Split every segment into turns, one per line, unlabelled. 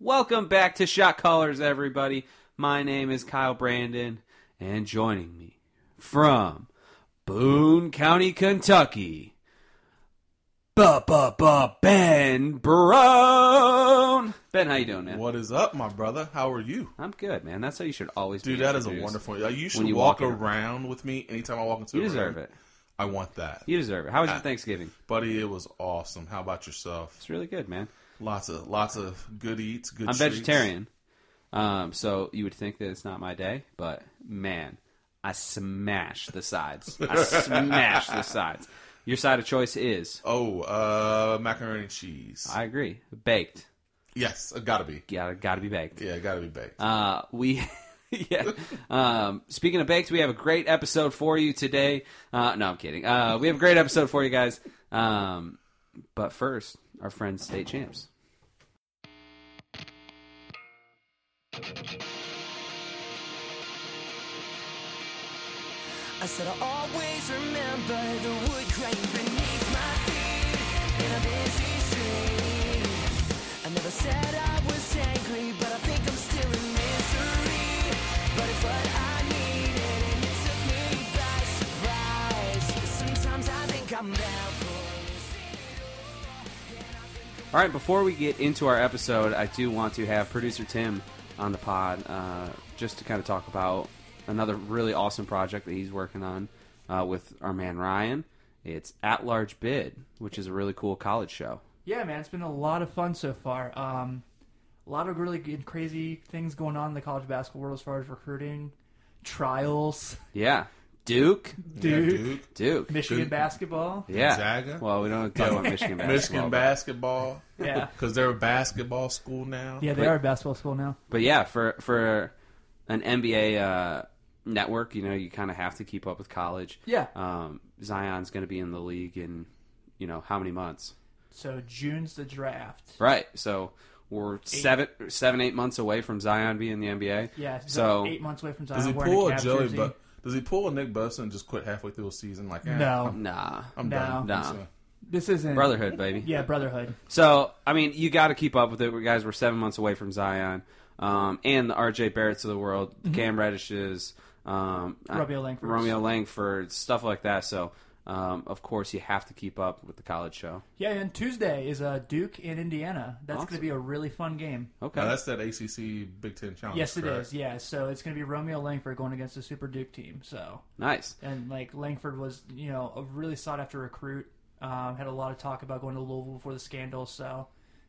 Welcome back to Shot Callers, everybody. My name is Kyle Brandon, and joining me from Boone County, Kentucky, ba ba ba Ben Brown. Ben, how you doing, man?
What is up, my brother? How are you?
I'm good, man. That's how you should always
Dude,
be.
that is a
introduced.
wonderful. uh, You should
you
walk,
walk
around.
around.
with me anytime I walk into
You
a
deserve
room.
it.
I want that.
You deserve it. How was your
Ah.
Thanksgiving?
Buddy, it was awesome. How about yourself?
It's really good, man.
Lots of lots of good eats, good
I'm
treats.
vegetarian, um, so you would think that it's not my day, but man, I smash the sides. I smash the sides. Your side of choice is,
Oh, uh macaroni and cheese.
I agree, baked.
yes, it gotta be.
Gotta gotta be baked.
Yeah, it gotta be baked.
Uh, we, yeah. Um, speaking of baked, we have a great episode for you today. Uh, no, I'm kidding. Uh, we have a great episode for you guys. Um, but first, our friends, state champs.
I said I'll always remember the wood grain beneath my feet in a busy street. I never said I was angry, but I think I'm still in misery. But it's what I needed, and it took me by surprise. Sometimes I think I'm bound for
All right, before we get into our episode, I do want to have producer Tim on the pod uh, just to kind of talk about another really awesome project that he's working on uh, with our man Ryan. It's At Large Bid, which is a really cool college show.
Yeah, man, it's been a lot of fun so far. Um, a lot of really good, crazy things going on in the college basketball world as far as recruiting, trials,
Yeah. Duke?
Duke,
yeah, Duke.
Duke.
Michigan
Duke.
basketball.
Yeah.
Gonzaga?
Well, we don't talk about Michigan basketball.
Michigan
but-
basketball.
Yeah.
Because they're a basketball school now.
Yeah, they are a basketball school now.
but yeah, for for an NBA uh, network, you know, you kind of have to keep up with college.
Yeah.
Um, Zion's going to be in the league in, you know, how many months?
So June's the draft.
Right. So we're seven, seven, eight months away from Zion being in the NBA.
Yeah, so,
So
eight months away from Zion.
Does he
wearing
pull a
Cavs
Joey
jersey.
but does he pull a Nick Bussen and just quit halfway through a season like eh,
No,
nah,
I'm
No.
done.
Nah.
So,
this isn't
brotherhood, baby.
Yeah, brotherhood.
So I mean, you got to keep up with it, We guys. We're seven months away from Zion, um, and the R.J. Barretts of the world, the Cam Reddishes, um,
Mm-hmm. Romeo
uh,
Langfords.
Romeo Langford, stuff like that. So. Um, of course, you have to keep up with the college show.
Yeah, and Tuesday is uh, Duke in Indiana. That's
Awesome.
going to be a really fun game.
Okay,
Now, that's that ACC Big Ten challenge.
yes, it
correct?
is. Yeah, so it's going to be Romeo Langford going against the Super Duke team. So
nice.
and like Langford was, you know, a really sought after recruit. Um, had a lot of talk about going to Louisville before the scandal. So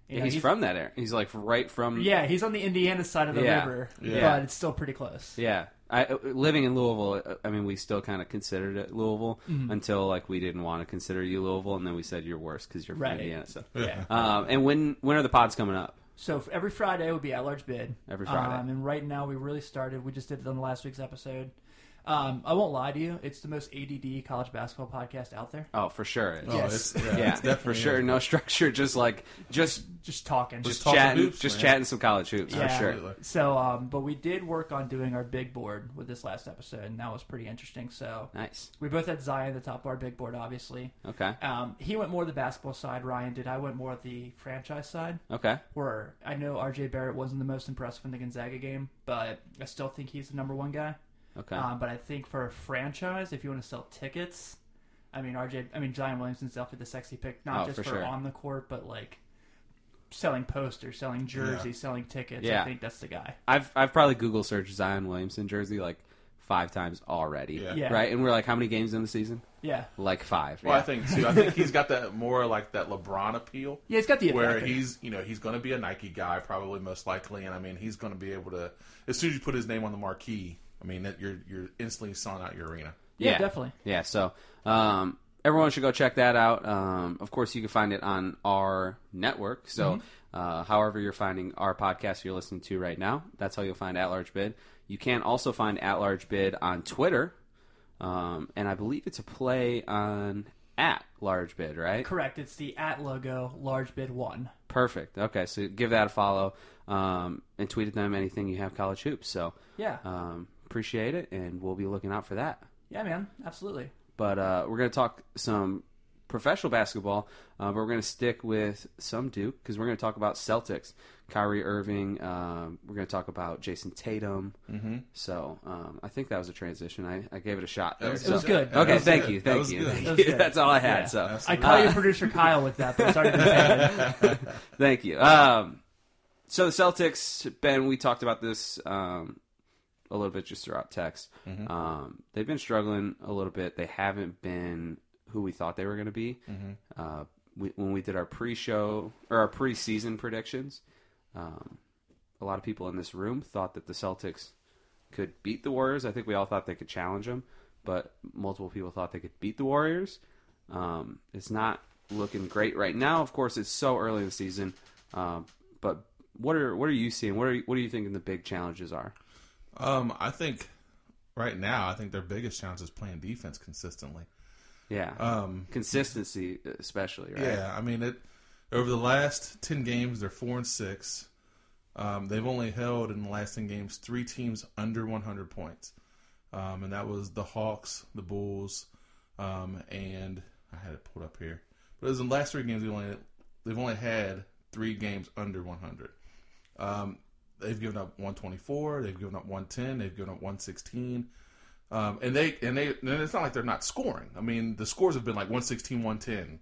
you
Yeah,
know,
he's, from that area. He's like right from
Yeah, he's on the Indiana side of the
Yeah.
river,
Yeah.
but it's still pretty close.
Yeah. I, uh, living in Louisville, uh, I mean, we still kind of considered it Louisville
Mm-hmm.
until like we didn't want to consider you Louisville, and then we said you're worse because you're from
Right.
Indiana. So,
Yeah.
um, and when when are the pods coming up?
So f- every Friday would be at large bid.
Every Friday.
Um, and right now we really started. We just did it on last week's episode. Um, I won't lie to you, it's the most ADD college basketball podcast out there.
Oh, for sure.
Oh,
yeah,
Yes.
it's, yeah,
yeah
it's definitely
for sure.
is.
No structure, just like just
Just talking.
just
talking
chatting,
hoops,
just
man.
chatting some college hoops
yeah.
for sure.
Absolutely.
So, um, but we did work on doing our big board with this last episode, and that was pretty interesting. So,
Nice.
We both had Zion at the top of our big board, obviously.
Okay.
Um, he went more the basketball side, Ryan did. I went more the franchise side,
Okay.
where I know RJ Barrett wasn't the most impressive in the Gonzaga game, but I still think he's the number one guy.
Okay.
Um, but I think for a franchise, if you want to sell tickets, I mean, RJ, I mean, Zion Williamson's definitely the sexy pick, not
Oh,
just
for
for,
sure.
on the court, but like selling posters, selling jerseys, selling tickets.
Yeah.
I think that's the guy.
I've I've probably Google searched Zion Williamson jersey like five times already.
Yeah.
Yeah.
Right. And we're like, how many games in the season?
Yeah.
Like five.
Well, I
Yeah.
think too. I think he's got that more like that LeBron appeal.
Yeah, he's got the
where
factor.
he's you know he's going to be a Nike guy probably most likely, and I mean he's going to be able to as soon as you put his name on the marquee, I mean that you're you're instantly selling out your arena.
Yeah, definitely.
Yeah, so um, everyone should go check that out. Um, of course, you can find it on our network. So,
Mm-hmm.
uh, however you're finding our podcast you're listening to right now, that's how you'll find At Large Bid. You can also find At Large Bid on Twitter, um, and I believe it's a play on At Large Bid, right?
Correct. It's the at logo, large bid one.
Perfect. Okay, so give that a follow um, and tweet at them anything you have college hoops. So,
Yeah.
um, appreciate it, and we'll be looking out for that.
Yeah, man. Absolutely.
But uh, we're going to talk some professional basketball, uh, but we're going to stick with some Duke because we're going to talk about Celtics, Kyrie Irving. Um, we're going to talk about Jason Tatum. Mm-hmm. So um, I think that was a transition. I, I gave it a shot. There,
was-
so-
it was good.
Okay,
That was
thank
good.
you,
That
thank
was
you,
good.
thank
That was
you.
good.
That's all I had. So
Yeah. I call you producer Kyle with that, but it's already been said.
Thank you. Um, so the Celtics, Ben, we talked about this um, a little bit just throughout text. Um, they've been struggling a little bit. They haven't been who we thought they were going to be. Uh, we, when we did our pre-show or our preseason predictions, um, a lot of people in this room thought that the Celtics could beat the Warriors. I think we all thought they could challenge them, but multiple people thought they could beat the Warriors. Um, it's not looking great right now. Of course, it's so early in the season. Um, but what are what are you seeing? What are you, what are you thinking the big challenges are?
Um, I think right now, I think their biggest challenge is playing defense consistently.
Yeah,
Um,
consistency especially. Right?
Yeah, I mean it. Over the last ten games, they're four and six. Um, they've only held in the last ten games three teams under one hundred points, um, and that was the Hawks, the Bulls, um, and I had it pulled up here. But it was in the last three games they only they've only had three games under one hundred. Um, they've given up one twenty four. They've given up one ten. They've given up one sixteen. Um, and they and they and it's not like they're not scoring. I mean, the scores have been like 116, 110,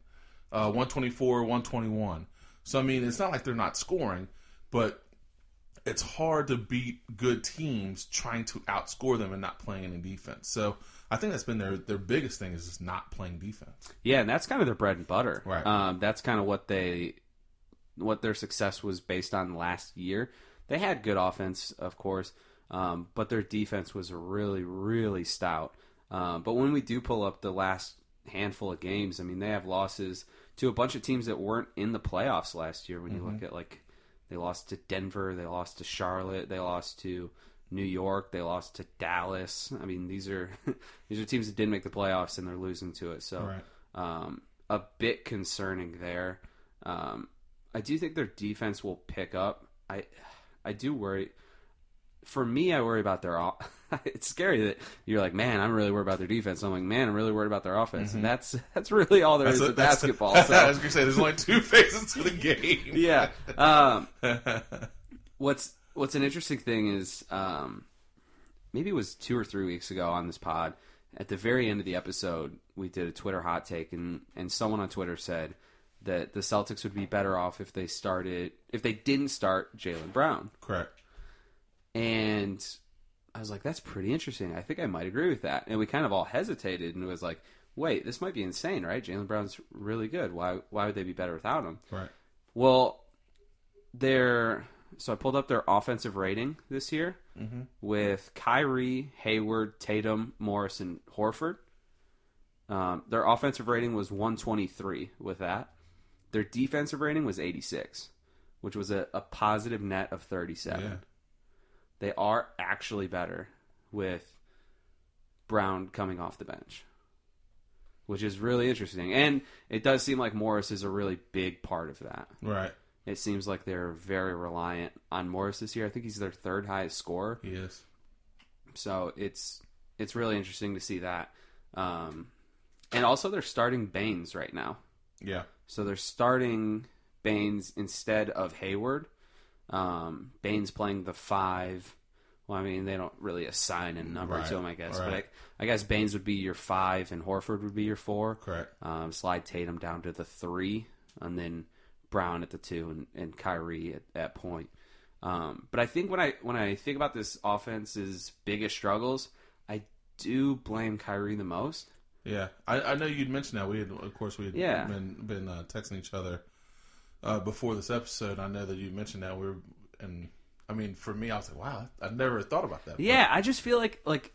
uh, 124, 121. So I mean, it's not like they're not scoring, but it's hard to beat good teams trying to outscore them and not playing any defense. So I think that's been their their biggest thing is just not playing defense.
Yeah, and that's kind of their bread and butter.
Right.
Um, that's kind of what they, what their success was based on last year. They had good offense, of course, um, but their defense was really, really stout. Um, but when we do pull up the last handful of games, I mean, they have losses to a bunch of teams that weren't in the playoffs last year. When you
Mm-hmm.
look at like, they lost to Denver, they lost to Charlotte, they lost to New York, they lost to Dallas. I mean, these are these are teams that didn't make the playoffs and they're losing to it. So
Right.
um, a bit concerning there. Um, I do think their defense will pick up. I I do worry. For me, I worry about their. o- it's scary that you're like, man, I'm really worried about their defense. I'm like, man, I'm really worried about their offense, and that's Mm-hmm. that's really all there is
So
to basketball.
I
so
was gonna say there's only two phases to the game.
yeah. Um, what's What's an interesting thing is um, maybe it was two or three weeks ago on this pod. At the very end of the episode, we did a Twitter hot take, and and someone on Twitter said that the Celtics would be better off if they started if they didn't start Jalen Brown.
Correct.
And I was like, that's pretty interesting. I think I might agree with that. And we kind of all hesitated and was like, wait, this might be insane, right? Jalen Brown's really good. Why why would they be better without him?
Right.
Well, their so I pulled up their offensive rating this year with Kyrie, Hayward, Tatum, Morris, and Horford. Um, their offensive rating was 123 with that. Their defensive rating was 86, which was a, a positive net of 37.
Yeah.
They are actually better with Brown coming off the bench, which is really interesting. And it does seem like Morris is a really big part of that.
Right.
It seems like they're very reliant on Morris this year. I think he's their third highest scorer.
He is.
So it's it's really interesting to see that. Um, and also they're starting Baines right now.
Yeah.
So they're starting Baines instead of Hayward. Um, Baines playing the five. Well, I mean, they don't really assign a number
Right,
to him, I guess. But I,
right.
I guess Baines would be your five, and Horford would be your four.
Correct.
Um, slide Tatum down to the three, and then Brown at the two, and, and Kyrie at that point. Um, but I think when I when I think about this offense's biggest struggles, I do blame Kyrie the most.
Yeah, I, I know you'd mentioned that. We had, of course, we had
Yeah.
been been uh, texting each other uh, before this episode. I know that you mentioned that we were, and I mean, for me, I was like, wow, I never thought about that.
Yeah, I just feel like like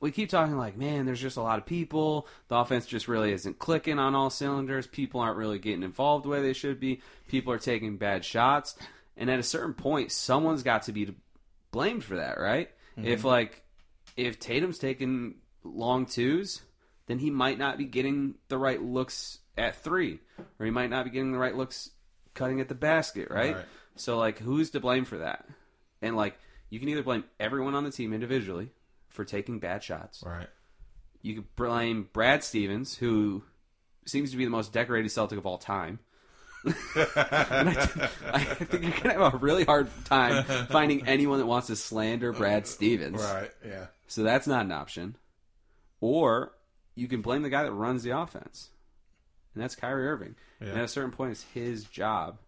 we keep talking like, man, there's just a lot of people. The offense just really isn't clicking on all cylinders. People aren't really getting involved the way they should be. People are taking bad shots, and at a certain point, someone's got to be to blamed for that, right? If like if Tatum's taking long twos, then he might not be getting the right looks at three, or he might not be getting the right looks cutting at the basket, right?
Right.
So like, who's to blame for that? And like, you can either blame everyone on the team individually for taking bad shots.
Right.
You could blame Brad Stevens, who seems to be the most decorated Celtic of all time. And I, th- I think you're gonna have a really hard time finding anyone that wants to slander Brad Stevens.
Right. Yeah.
So that's not an option. Or you can blame the guy that runs the offense, and that's Kyrie Irving. And
Yeah.
at a certain point, it's his job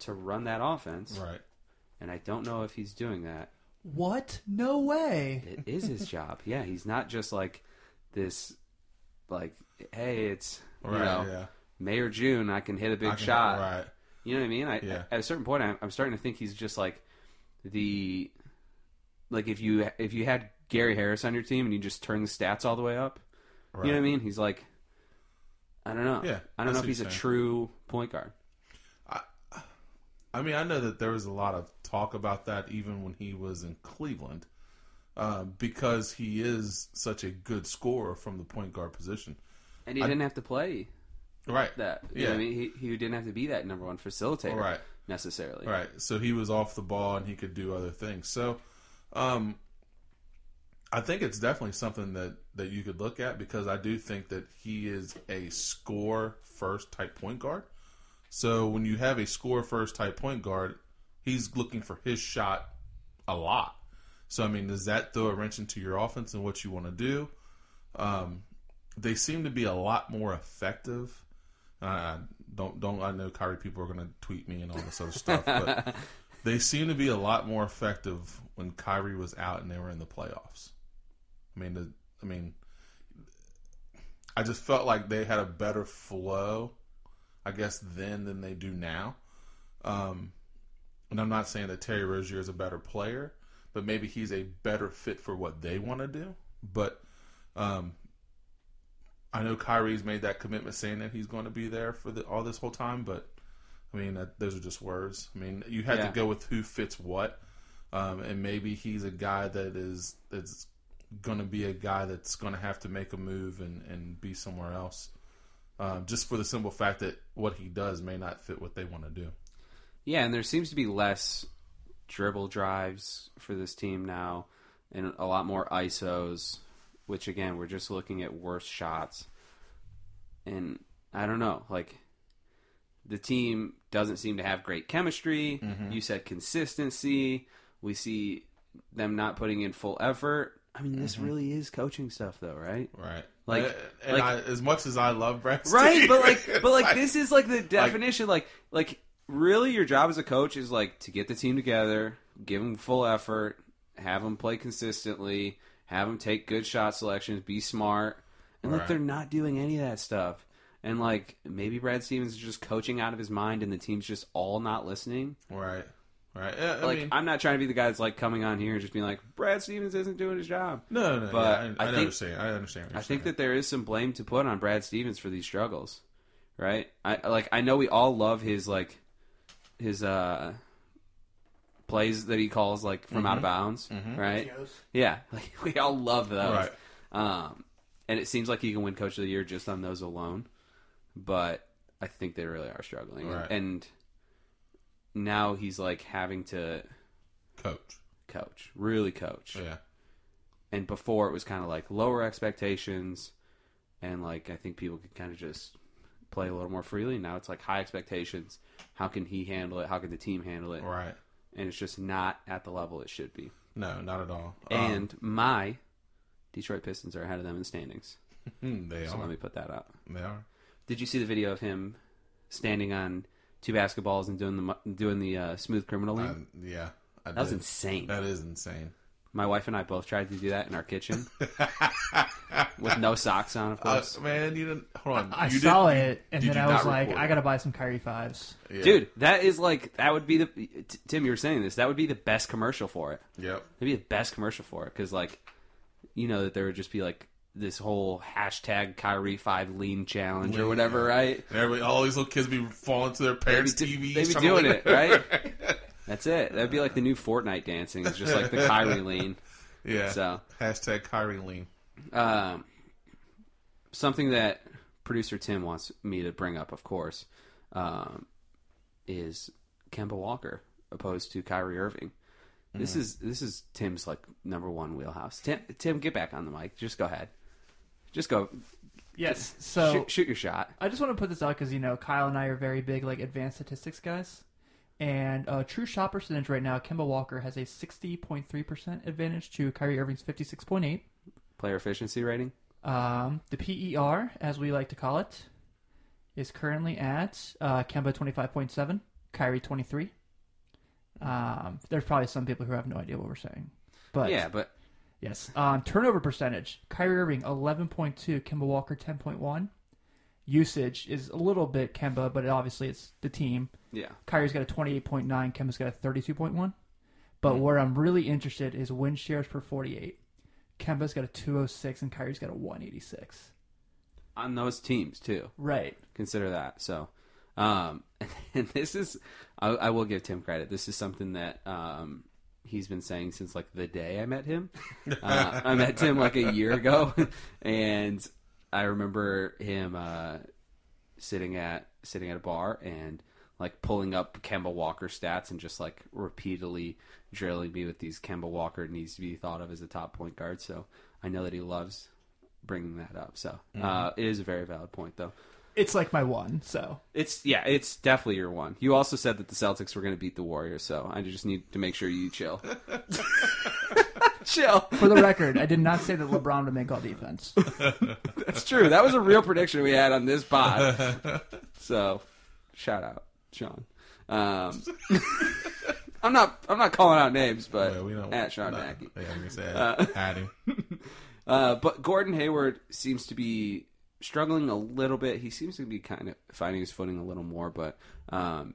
to run that offense.
Right.
And I don't know if he's doing that.
What? No way.
It is his job. Yeah, he's not just like this. Like, hey, it's you
Right.
know
yeah.
May or June, I can hit a big
I can-
shot.
Right.
You know what I mean? I,
Yeah.
At a certain point, I'm, I'm starting to think he's just like the like if you if you had Gary Harris on your team and you just turn the stats all the way up.
Right.
You know what I mean? He's like, I don't know.
Yeah,
I don't know
I see
if
what
he's a
you're saying.
true point guard.
I mean, I know that there was a lot of talk about that even when he was in Cleveland, uh, because he is such a good scorer from the point guard position.
And he didn't have to play
Right.
that. You
yeah.
know what I mean? He, he didn't have to be that number one facilitator
Right.
necessarily.
Right. So he was off the ball and he could do other things. So, um, I think it's definitely something that that you could look at because I do think that he is a score first type point guard. So when you have a score first type point guard, he's looking for his shot a lot. So I mean, does that throw a wrench into your offense and what you want to do? Um, they seem to be a lot more effective. Uh, don't don't I know Kyrie people are going to tweet me and all this other stuff, but they seem to be a lot more effective when Kyrie was out and they were in the playoffs. I mean, the, I mean, I just felt like they had a better flow, I guess, then than they do now. Um, and I'm not saying that Terry Rozier is a better player, but maybe he's a better fit for what they want to do. But um, I know Kyrie's made that commitment saying that he's going to be there for the, all this whole time, but I mean, that, those are just words. I mean, you had
Yeah.
to go with who fits what. Um, and maybe he's a guy that is that's going to be a guy that's going to have to make a move and, and be somewhere else, um, just for the simple fact that what he does may not fit what they want to do.
Yeah, and there seems to be less dribble drives for this team now and a lot more ISOs, which again, we're just looking at worse shots. And I don't know, like the team doesn't seem to have great chemistry. You said consistency. We see them not putting in full effort. I mean, this really is coaching stuff though, right?
Right.
Like-
and, and
like-
I, as much as I love Brad,
right
Stevens,
but like but like
I-
this is like the definition like like really your job as a coach is like to get the team together give them full effort have them play consistently have them take good shot selections be smart and like
Right.
they're not doing any of that stuff and like maybe brad stevens is just coaching out of his mind and the team's just all not listening
right, right. Yeah, I
like
mean,
i'm not trying to be the guy that's like coming on here and just being like brad stevens isn't doing his job
no, no, no,
but
yeah,
I
I, I,
think-
understand. I understand. what you're
I think
saying.
that there is some blame to put on Brad Stevens for these struggles, right? I like I know we all love his like his uh plays that he calls like
Mm-hmm.
from out of bounds, right? Yeah, like we all love those.
Right.
Um, and it seems like he can win Coach of the Year just on those alone, but I think they really are struggling,
Right.
and now he's like having to
coach.
coach, really coach
Yeah,
and before it was kind of like lower expectations and like i think people could kind of just play a little more freely now it's like high expectations how can he handle it how can the team handle it
right.
and it's just not at the level it should be
No, not at all. Um,
and my detroit pistons are ahead of them in the standings
hmm, they
so let
are.
me put that up
They are.
did you see the video of him standing on two basketballs and doing the mu- doing the uh, smooth criminal lean?
Um, yeah, I
that was
did.
insane
That is insane.
my wife and i both tried to do that in our kitchen with no socks on of
Uh,
course
man, you didn't. Hold on.
I
you
saw
didn't-
it, and
you
then
did
I
not
was like,
report
I
it.
gotta buy some Kyrie fives.
Yeah.
Dude, that is like that would be the T- Tim. You were saying this. That would be the best commercial for it.
Yep.
That'd be the best commercial for it because, like, you know that there would just be like this whole hashtag Kyrie Five Lean Challenge or
Lean,
whatever,
yeah.
right?
And everybody, all these little kids be falling to their parents'
They'd be,
TVs.
they'd be
trying to
doing
lean-
it, right? That's it. That'd be like the new Fortnite dancing. It's just like the Kyrie Lean.
Yeah.
So.
Hashtag Kyrie Lean.
Um, something that producer Tim wants me to bring up, of course, um, is Kemba Walker opposed to Kyrie Irving.
Mm-hmm.
This is this is Tim's like number one wheelhouse. Tim, Tim, get back on the mic. Just go ahead. Just go.
Yes. So
shoot, shoot your shot.
I just want to put this out because you know Kyle and I are very big like advanced statistics guys, and uh, true shot percentage right now, Kemba Walker has a sixty point three percent advantage to Kyrie Irving's fifty six point eight.
Player efficiency rating.
Um, the PER, as we like to call it, is currently at uh, Kemba twenty five point seven, Kyrie twenty three. Um, there's probably some people who have no idea what we're saying, but
yeah, but
Yes. Um, turnover percentage: Kyrie Irving eleven point two, Kemba Walker ten point one. Usage is a little bit Kemba, but obviously it's the team.
yeah,
Kyrie's got a twenty eight point nine, Kemba's got a thirty two point one. But where I'm really interested is win shares per forty eight. Kemba's got a two oh six, and Kyrie's got a one eighty six.
on those teams too.
Right.
consider that. So, um, and this is, I, I will give Tim credit. This is something that um, he's been saying since like the day I met him. Uh, I met Tim like a year ago, and I remember him uh, sitting at sitting at a bar and like pulling up Kemba Walker stats and just like repeatedly drilling me with these Kemba Walker needs to be thought of as a top point guard. So I know that he loves bringing that up. So uh, it is a very valid point though.
It's like my one. So
It's yeah, it's definitely your one. You also said that the Celtics were going to beat the Warriors, so I just need to make sure you chill. chill.
for the record, I did not say that LeBron would make all defense.
That's true. That was a real prediction we had on this pod. So, shout out, Sean. Um, I'm not I'm not calling out names, but
Well, we don't,
at Sean
no,
Mackey.
Yeah, I'm gonna say add, add him.
Uh, but Gordon Hayward seems to be struggling a little bit. He seems to be kind of finding his footing a little more, but um,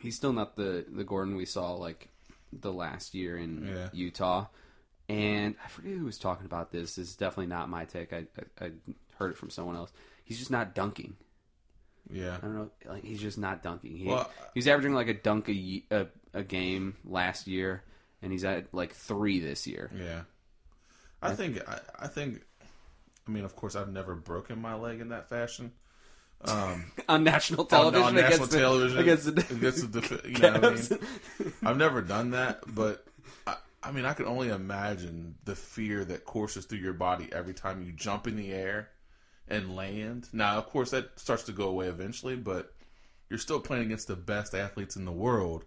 he's still not the the Gordon we saw like the last year in
Yeah.
Utah. And I forget who was talking about this. This is definitely not my take. I, I, I heard it from someone else. He's just not dunking.
Yeah.
I don't know. Like he's just not dunking. He,
Well,
he's averaging like a dunk a, ye- a a game last year, and he's at like three this year.
Yeah, I think I, I think. I mean, of course, I've never broken my leg in that fashion.
on national television
on, on national
against the,
television
against the,
against the def- you know what I mean? I've never done that, but I, I mean, I can only imagine the fear that courses through your body every time you jump in the air and land. Now, of course, that starts to go away eventually, but you're still playing against the best athletes in the world,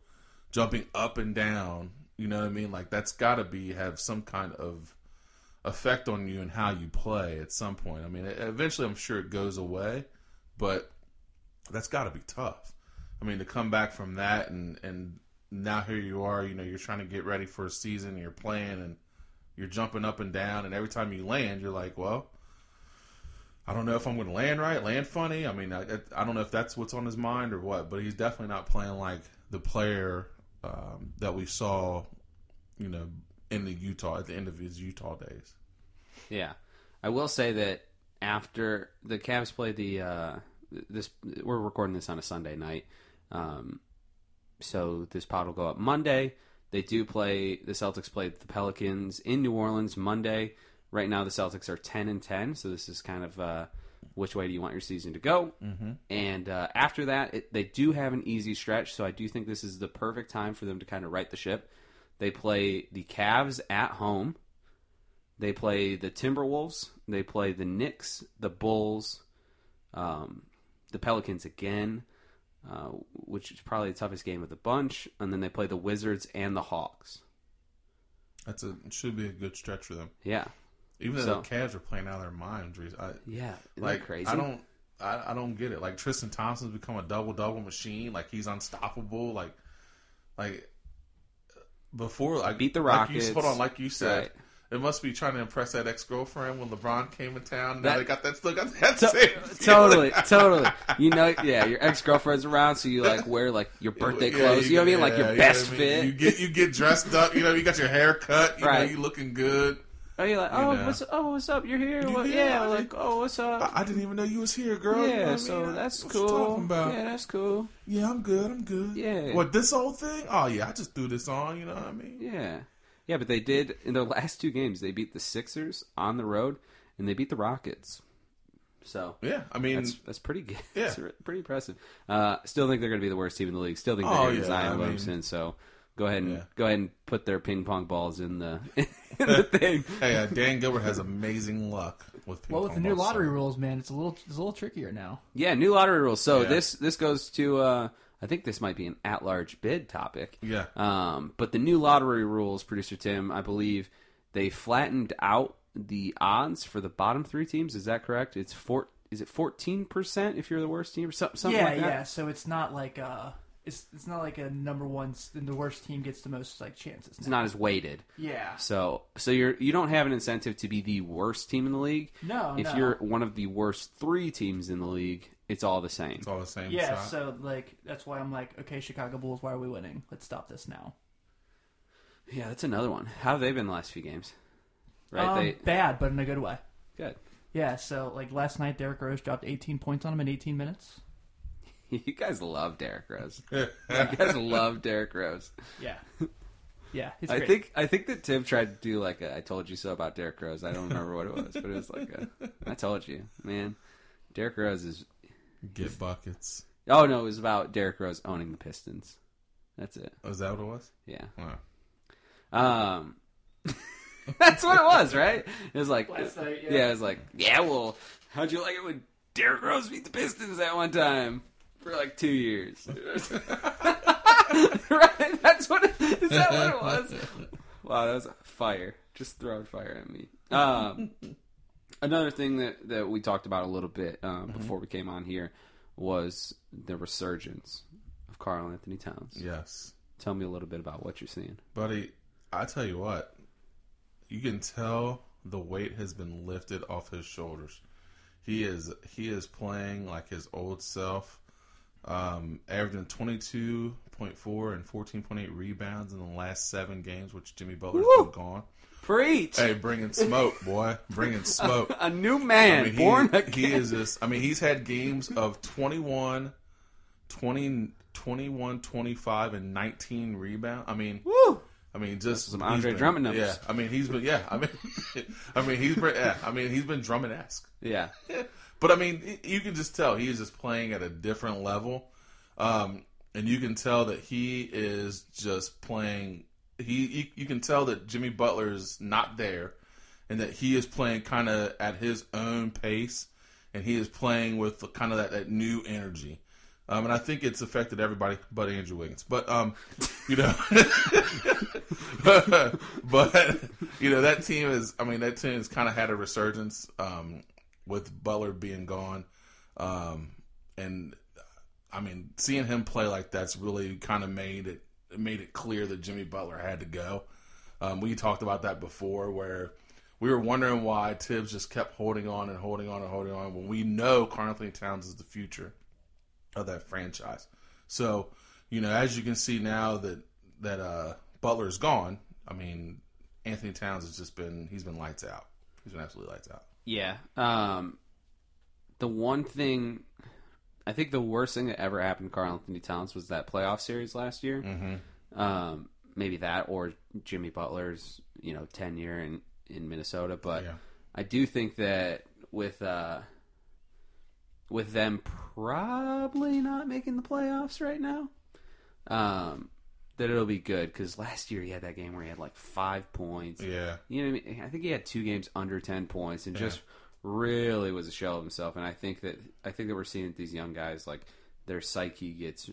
jumping up and down. You know what I mean? Like that's got to be have some kind of effect on you and how you play at some point. I mean, e-, eventually, I'm sure it goes away, but that's got to be tough. I mean, to come back from that and and now here you are, you know, you're trying to get ready for a season, you're playing and you're jumping up and down and every time you land, you're like, well, I don't know if I'm going to land right, land funny. I mean, I, I don't know if that's what's on his mind or what, but he's definitely not playing like the player um, that we saw, you know, in the Utah at the end of his Utah days.
yeah, I will say that after the Cavs play the uh, this, we're recording this on a Sunday night, um, so this pod will go up Monday. They do play the Celtics play the Pelicans in New Orleans Monday. Right now, the Celtics are ten and ten, so this is kind of uh, which way do you want your season to go? Mm-hmm. And uh, after that, it, they do have an easy stretch, so I do think this is the perfect time for them to kind of right the ship. They play the Cavs at home. They play the Timberwolves. They play the Knicks, the Bulls, um, the Pelicans again, uh, which is probably the toughest game of the bunch. And then they play the Wizards and the Hawks.
That's a it should be a good stretch for them.
Yeah,
Even
So-
though the Cavs are playing out of their minds, Reese, I,
yeah, Isn't
like
that crazy.
I don't, I, I don't get it. Like Tristan Thompson's become a double double machine. Like he's unstoppable. Like, like before, like
Beat the
Like
Rockets.
you, hold on, like you said,
Right.
it must be trying to impress that ex girlfriend when LeBron came in town.
That-
now they got that still got that
To-
same
totally,
feeling.
totally. You know, yeah, your ex girlfriend's around, so you like wear like your birthday
Yeah,
clothes. You, know what I mean? Like
yeah,
your
you know
best
what I mean?
fit.
You get you get dressed up. You know you got your hair cut. You
Right.
know you looking good.
oh, you're like, oh,
know.
what's oh, what's up? You're here. What-
here?
yeah,
I
like, oh, what's up?
I, I didn't even know you was here, girl. You know
yeah,
what I
so
mean?
that's
What you
cool.
talking about?
Yeah, that's cool.
Yeah, I'm good. I'm good.
Yeah.
What this whole thing? Oh yeah, I just threw this on. You know what I mean?
Yeah. Yeah, but they did in their last two games, they beat the Sixers on the road and they beat the Rockets. So
Yeah. I mean,
that's that's pretty good.
Yeah.
That's pretty impressive. Uh, still think they're going to be the worst team in the league. Still think they're
Oh,
going to
yeah,
Zion
I mean-
Williamson. So Go ahead and
Yeah.
go ahead and put their ping pong balls in the, in the thing.
Hey, uh, Dan Gilbert has amazing luck with people.
Well, with the new lottery rules, man, it's a little it's a little trickier now.
Yeah, new lottery rules. So
Yeah.
this this goes to uh, I think this might be an at large bid topic.
Yeah.
Uh,
Um, but the new lottery rules, producer Tim, I believe they flattened out the odds for the bottom three teams. Is that correct? It's four. Is it fourteen percent if you're the worst team or something? something
yeah,
like that?
yeah. So it's not like uh, it's it's not like a number one. s- Then the worst team gets the most like chances.
It's not as weighted.
Yeah.
So so you're you don't have an incentive to be the worst team in the league.
No,
If
no.
you're one of the worst three teams in the league, it's all the same.
It's all the same.
Yeah.
shot.
So like that's why I'm like, okay, Chicago Bulls, why are we winning? Let's stop this now.
Yeah, that's another one. How have they been the last few games? Right?
Um,
they
Bad, but in a good way.
good.
Yeah. So like last night, Derrick Rose dropped 18 points on him in 18 minutes.
You guys love Derrick Rose. you guys love Derrick Rose.
Yeah. Yeah. It's
I
great.
think I think that Tim tried to do like a I told you so about Derrick Rose. I don't remember what it was, but it was like a I told you, man. Derrick Rose is
Get buckets.
oh no, it was about Derrick Rose owning the Pistons. That's it.
Oh, is that what it was?
Yeah.
Wow.
Um, that's what it was, right? It was like,
Last night, yeah.
yeah. it was like, yeah. Well, how'd you like it when Derrick Rose beat the Pistons that one time for like two years? right? That's what. It, is that what it was? Wow, that was fire. Just throwing fire at me. Um, another thing that that we talked about a little bit um, before we came on here was the resurgence of Carl Anthony Towns.
Yes.
Tell me a little bit about what you're seeing.
Buddy, I tell you what, you can tell the weight has been lifted off his shoulders. He is he is playing like his old self, um, averaging twenty two point four and fourteen point eight rebounds in the last seven games, which Jimmy Butler's been gone.
Preach.
Hey, bringing smoke, boy, bringing smoke.
A new man
I mean, he-
born again.
he is this. I mean, he's had games of 21, 20, 21, 25, and 19 rebound. I mean,
Woo!
I mean, just
some
he's
Andre
been-
Drummond numbers.
Yeah, I mean, he's been. Yeah, I mean, I mean, he's been. Yeah, I mean, he's been Drummond esque.
Yeah.
But I mean, y- you can just tell he is just playing at a different level, um, and you can tell that he is just playing. He, you, you can tell that Jimmy Butler is not there, and that he is playing kind of at his own pace, and he is playing with kind of that, that new energy. Um, and I think it's affected everybody but Andrew Wiggins. But um, you know, but you know that team is. I mean, that team has kind of had a resurgence. Um, with Butler being gone. Um, and I mean, seeing him play like that's really kind of made it made it clear that Jimmy Butler had to go. Um, we talked about that before, where we were wondering why Tibbs just kept holding on and holding on and holding on when we know Carl Anthony Towns is the future of that franchise. So, you know, as you can see now that that uh, Butler's gone, I mean, Anthony Towns has just been he's been lights out. He's been absolutely lights out.
Yeah. Um, the one thing, I think the worst thing that ever happened to Carl Anthony Towns was that playoff series last year. Mm-hmm. Um, maybe that or Jimmy Butler's, you know, tenure in, in Minnesota. But
Yeah.
I do think that with, uh, with them probably not making the playoffs right now, um, that it'll be good because last year he had that game where he had like five points.
Yeah.
You know what I mean? I think he had two games under ten points and just really was a shell of himself. And I think that I think that we're seeing that these young guys like their psyche gets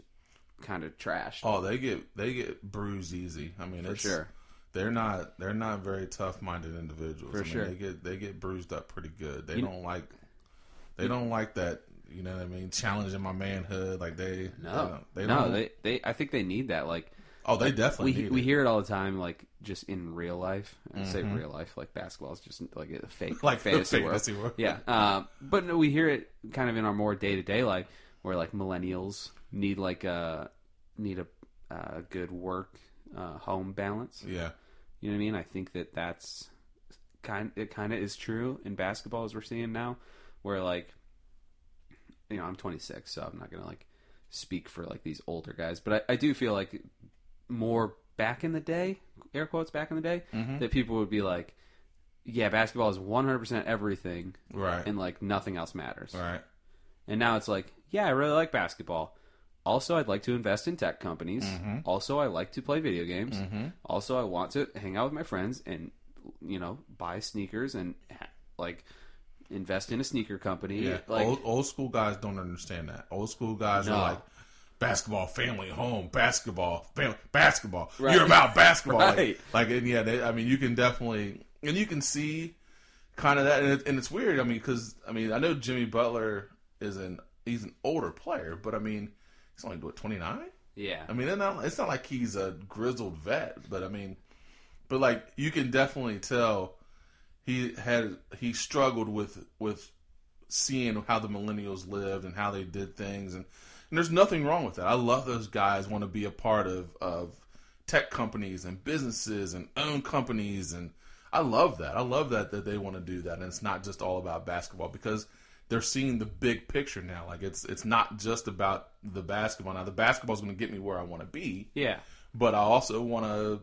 kind of trashed.
Oh, they get they get bruised easy. I mean, it's,
sure.
They're not they're not very tough minded individuals.
For
I mean,
sure.
they get they get bruised up pretty good. They don't like they don't like that. You know what I mean? Challenging my manhood, like they
no,
they don't, they
Oh, no,
don't-
they they I think they need that. Like
oh they
we
definitely need
we
it. Mm-hmm.
hear it all the time. Like just in real life, I say real life, like basketball is just like a fake
Like the
fantasy,
fantasy
world.
world.
Yeah, um, but no, we hear it kind of in our more day to day life, where like millennials need like a need a, a good work uh, home balance.
yeah
You know what I mean? I think that that's kind. It kind of is true in basketball as we're seeing now, where like, you know, I'm 26, so I'm not gonna like speak for like these older guys, but I, I do feel like more back in the day, air quotes back in the day,
Mm-hmm.
that people would be like, yeah, basketball is 100 percent everything,
right
and like nothing else matters.
right
And now it's like, yeah, I really like basketball, Also, I'd like to invest in tech companies.
Mm-hmm.
Also, I like to play video games. Also, I want to hang out with my friends and you know buy sneakers and ha- like invest in a sneaker company.
Yeah,
Like,
old, old school guys don't understand that. Old school guys
No.
are like basketball, family, home, basketball, family, basketball.
Right.
You're about basketball, Like-
Right.
like, and yeah, they, I mean, you can definitely and you can see kind of that, and, it, and it's weird. I mean, because I mean, I know Jimmy Butler is an he's an older player, but I mean, he's only what 29.
yeah,
I mean, they're not, it's not like he's a grizzled vet, but I mean, but like you can definitely tell he had he struggled with with seeing how the millennials lived and how they did things, and, and there's nothing wrong with that. I love those guys want to be a part of of tech companies and businesses and own companies, and I love that. I love that that they want to do that, and it's not just all about basketball because. They're seeing the big picture now. Like it's it's not just about the basketball. Now the basketball's going to get me where I want to be,
yeah.
but I also want to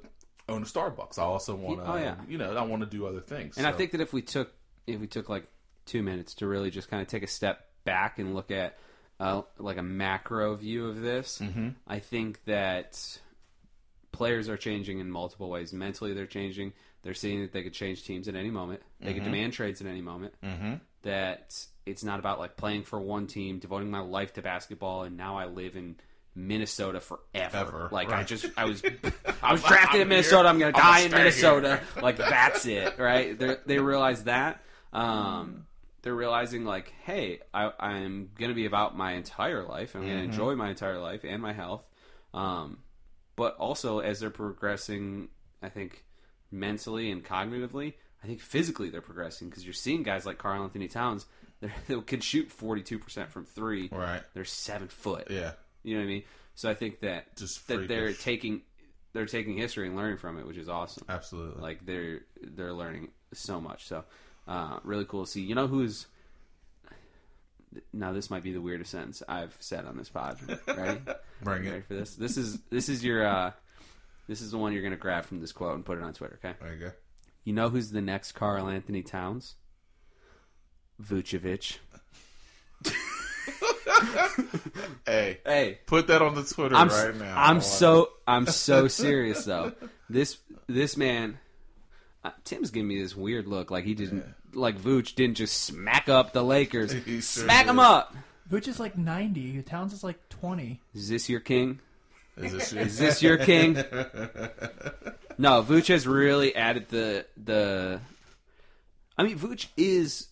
own a Starbucks. I also want to,
Oh, yeah.
you know, I want to do other things.
And I
So,
think that if we took if we took like two minutes to really just kind of take a step back and look at uh, like a macro view of this,
Mm-hmm.
I think that players are changing in multiple ways. Mentally, they're changing. They're seeing that they could change teams at any moment. They
Mm-hmm.
could demand trades at any moment. Mm-hmm. That it's not about like playing for one team, devoting my life to basketball, and now I live in Minnesota forever.
Ever,
like I
right.
just I was I was drafted in
I'm
Minnesota.
here.
I'm gonna
I'm
die in
staying here.
Minnesota. Like that's it, right? They're, they realize that. Um, they're realizing like, hey, I, I'm gonna be about my entire life. I'm gonna enjoy my entire life and my health. Um, but also as they're progressing, I think mentally and cognitively, I think physically they're progressing because you're seeing guys like Carl Anthony Towns. they're- They can shoot 42% from three.
right,
They're seven foot.
yeah,
You know what I mean? So I think that
Just
that they're
freakish.
taking they're taking history and learning from it, which is awesome.
absolutely.
Like they're they're learning so much. So uh, really cool to see. You know who's now this might be the weirdest sentence I've said on this pod. Ready?
Bring
Ready
it.
for this? This is this is your uh, this is the one you're gonna grab from this quote and put it on Twitter, okay?
There you go.
You know who's the next Carl Anthony Towns? Vucevic.
Hey,
Hey,
put that on the Twitter
I'm,
right now. I
I'm
want-
so I'm so serious though. This this man, uh, Tim's giving me this weird look like he didn't like Vooch didn't just smack up the Lakers.
He sure
smack him
did.
up.
Vooch is like 90. Towns is like 20.
Is this your king?
Is this,
Is this your king? no, Vooch has really added the the. I mean, Vooch is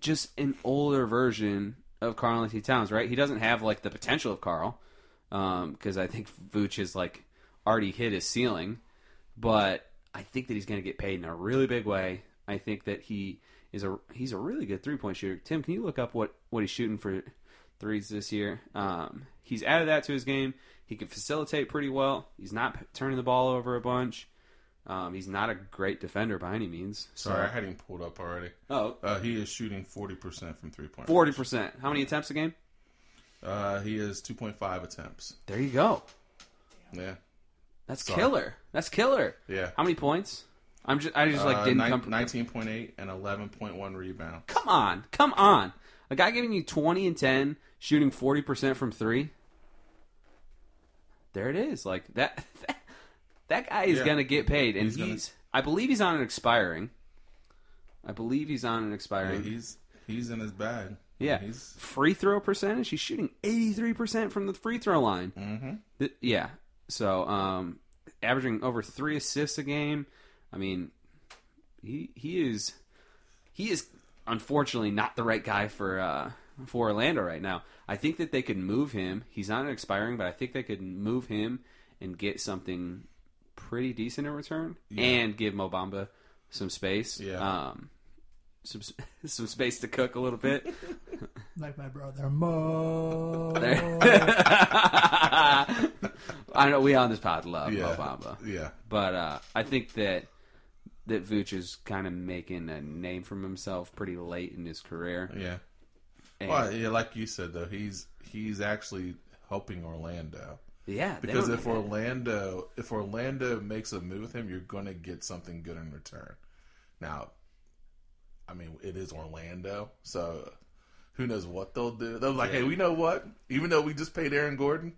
just an older version of Carl Anthony Towns, right? He doesn't have like the potential of Carl, because um, I think Vooch has like already hit his ceiling. But I think that he's going to get paid in a really big way. I think that he is a he's a really good three point shooter. Tim, can you look up what what he's shooting for threes this year? Um, he's added that to his game. He can facilitate pretty well. He's not p- turning the ball over a bunch. Um, he's not a great defender by any means. So-
Sorry, I had him pulled up already.
Oh,
Uh, he is shooting forty percent from three point.
40%. How many attempts a game?
Uh, he is two point five attempts.
There you go.
Yeah,
That's
Sorry.
killer. That's killer.
yeah. Uh,
How many points? I'm just I just like didn't come
nineteen point eight and eleven point one rebound.
Come on. Come on. A guy giving you 20 and 10, shooting 40% from 3. There it is. Like that that, that guy is
Yeah.
going to get paid and he's,
He's gonna-
I believe he's on an expiring. I believe he's on an
Yeah,
expiring.
he's he's in his bag.
Yeah.
he's
Free throw percentage. He's shooting 83% from the free throw line. Mm-hmm. yeah. So, um, averaging over three assists a game. I mean, he he is he is unfortunately not the right guy for uh, for Orlando right now. I think that they could move him. He's not an expiring, but I think they could move him and get something pretty decent in return and give Mobamba some space.
Yeah.
Um, some some space to cook a little bit.
Like my brother Mo.
I know we on this pod love
yeah,
Mo Bamba,
yeah.
but uh, I think that that Vooch is kind of making a name for himself pretty late in his career.
Yeah.
And-
Well, yeah, like you said though, he's he's actually helping Orlando
yeah, they
because
don't-
if Orlando if Orlando makes a move with him, you're going to get something good in return. Now, I mean, it is Orlando, so Who knows what they'll do? They're like, hey, we know what. Even though we just paid Aaron Gordon,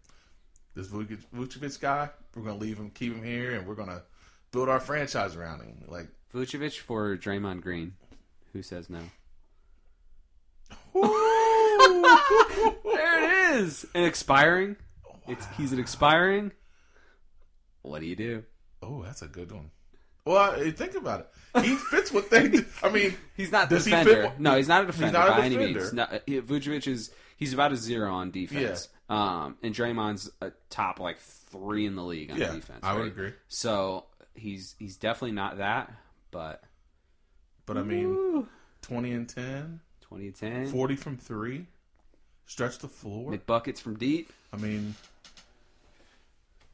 this Vukic- Vucevic guy, we're gonna leave him, keep him here, and we're gonna build our franchise around him. Like,
Vucevic for Draymond Green. Who says no? There it is. An expiring. It's he's an expiring. What do you do?
oh, that's a good one. Well, I- think about it. He fits what they. Do. I mean,
He's not a
Does he fit
defender.
what-
no, he's not a defender
not a
by any
defender.
means. No, uh, he- Vucevic is he's about a zero on defense. Um, and Draymond's a top like three in the league on
Yeah,
defense.
I would
right?
agree.
So he's he's definitely not that, but
but I mean, twenty and 10,
2010
40 from three, stretch the floor.
McBuckets from deep.
I mean,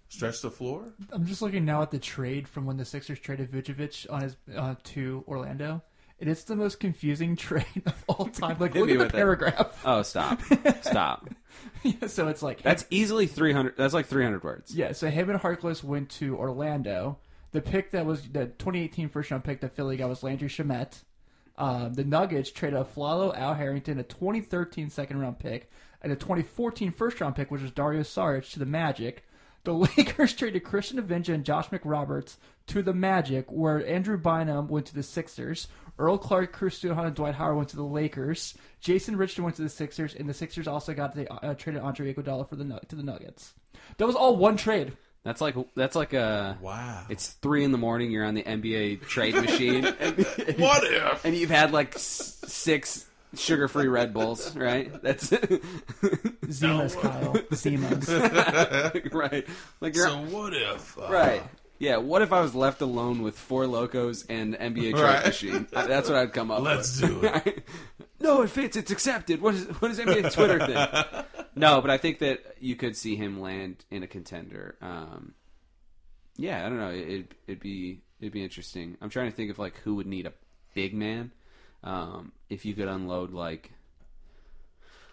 stretch the floor.
I'm just looking now at the trade from when the Sixers traded Vucevic on his uh, to Orlando. And it's the most confusing trade of all time. Like,
Hit
look
me
at the
with it.
paragraph.
Oh, stop. stop.
so it's like,
That's easily 300 that's like 300 words.
yeah. So him and Harkless went to Orlando. The pick that was the 2018 first round pick that Philly got was Landry Shamet. Um, the Nuggets traded a Flalo Al Harrington, a 2013 second round pick, and a 2014 first round pick, which was Dario Saric, to the Magic. The Lakers traded Christian Avinja and Josh McRoberts to the Magic, where Andrew Bynum went to the Sixers. Earl Clark, Chris Stuhan, and Dwight Howard went to the Lakers. Jason Richardson went to the Sixers, and the Sixers also got the uh, traded Andre Iguodala for the Nu- to the Nuggets. That was all one trade.
That's like that's like a
Wow.
It's 3 in the morning, you're on the NBA trade machine and,
what if?
and you've had like s- six sugar-free Red Bulls, right? That's
Zemas, Kyle. Zemas.
right. Like you're
So what if? uh,
Right. Yeah. What if I was left alone with four locos and an NBA trade
Right.
machine? I- That's what I'd come up
Let's
with.
do it.
no, it fits. It's accepted. What is what is NBA Twitter thing? No, but I think that you could see him land in a contender. Um, yeah, I don't know. It, it'd, it'd be it'd be interesting. I'm trying to think of like who would need a big man. Um, if you could unload like,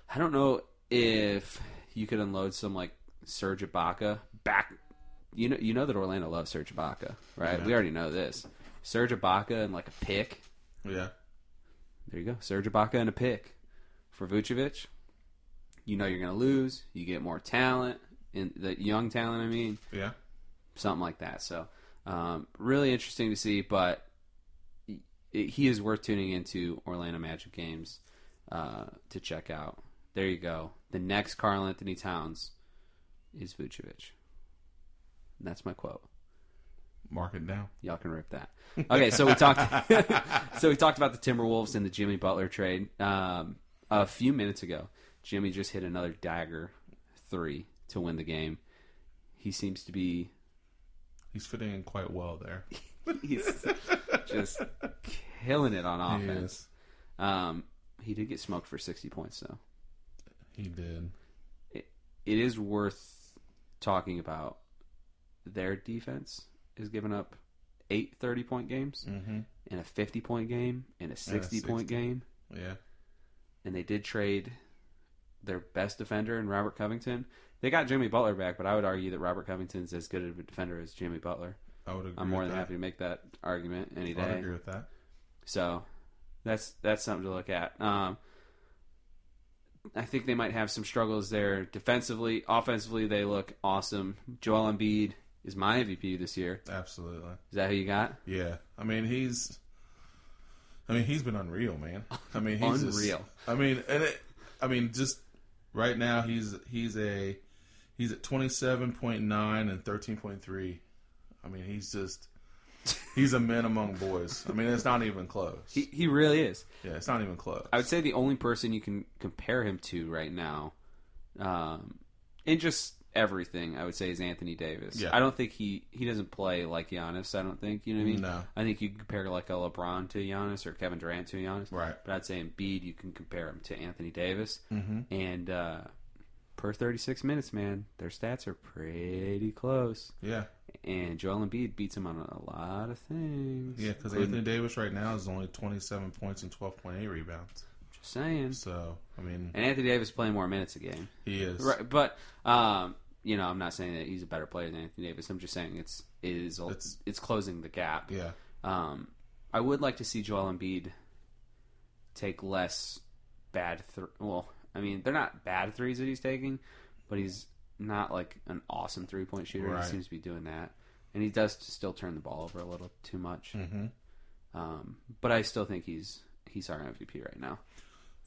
I don't know if you could unload some like Serge Ibaka back. You know, you know that Orlando loves Serge Ibaka, right? We already know this. Serge Ibaka and like a pick.
Yeah.
There you go. Serge Ibaka and a pick for Vucevic. You know you're going to lose. You get more talent, in the young talent, I mean,
Yeah.
something like that. So, um, really interesting to see, but he- he is worth tuning into Orlando Magic games uh, to check out. There you go. The next Carl Anthony Towns is Vucevic. And that's my quote.
Mark it down.
Y'all can rip that. Okay, so we talked. so we talked about the Timberwolves and the Jimmy Butler trade um, a few minutes ago. Jimmy just hit another dagger three to win the game. He seems to be
He's fitting in quite well there.
he's just killing it on offense. Um, he did get smoked for sixty points though.
He did.
It is worth talking about. Their defense is giving up eight 30 point games
Mhm.
and a 50 point game and a 60 point
60.
game.
Yeah.
and they did trade their best defender in Robert Covington. They got Jimmy Butler back, but I would argue that Robert Covington's as good of a defender as Jimmy Butler.
I would agree.
I'm more
with
than
that.
happy to make that argument any
I would
day.
agree with that.
So that's that's something to look at. Um, I think they might have some struggles there defensively. Offensively, they look awesome. Joel Embiid is my MVP this year.
Absolutely.
Is that who you got?
Yeah. I mean, he's. I mean, he's been unreal, man. I mean, he's just-
Unreal.
I mean, and it. I mean, just right now, he's he's a he's at twenty seven point nine and thirteen point three. I mean, he's just he's a man among boys. I mean, it's not even close.
He, he really is.
yeah, it's not even close.
I would say the only person you can compare him to right now, um, in just everything, I would say is Anthony Davis.
Yeah.
I don't think he he doesn't play like Giannis. I don't think you know what I mean.
No.
I think you can compare like a LeBron to Giannis or Kevin Durant to Giannis.
Right.
But I'd say Embiid, you can compare him to Anthony Davis. Mm-hmm. And uh, per 36 minutes, man, their stats are pretty close.
yeah,
And Joel Embiid beats him on a lot of things.
yeah, because
including-
Anthony Davis right now is only twenty seven points and twelve point eight rebounds.
just saying.
So I mean,
And Anthony Davis playing more minutes a game.
he is
Right, but um, you know, I'm not saying that he's a better player than Anthony Davis. I'm just saying it's it is it's,
It's-
closing the gap.
Yeah,
Um, I would like to see Joel Embiid take less bad. Th- well, I mean, they're not bad threes that he's taking, but he's not like an awesome three point shooter.
Right.
He seems to be doing that, and he does still turn the ball over a little too much.
Mm-hmm.
Um, but I still think he's he's our MVP right now.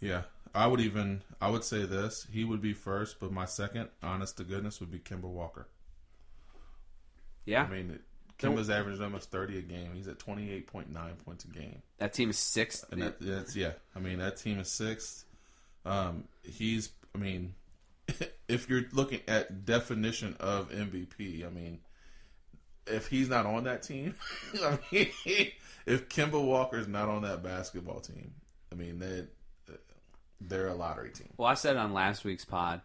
Yeah, I would even I would say this. He would be first, but my second, honest to goodness, would be Kimber Walker.
Yeah,
I mean, Kimber's averaged almost thirty a game. He's at twenty eight point nine points a game,
that team is sixth.
and that, that's yeah. I mean, that team is sixth. Um, he's I mean, if you're looking at definition of MVP, I mean, if he's not on that team, I mean, if Kimber Walker's not on that basketball team, I mean they they're a lottery team.
Well, I said on last week's pod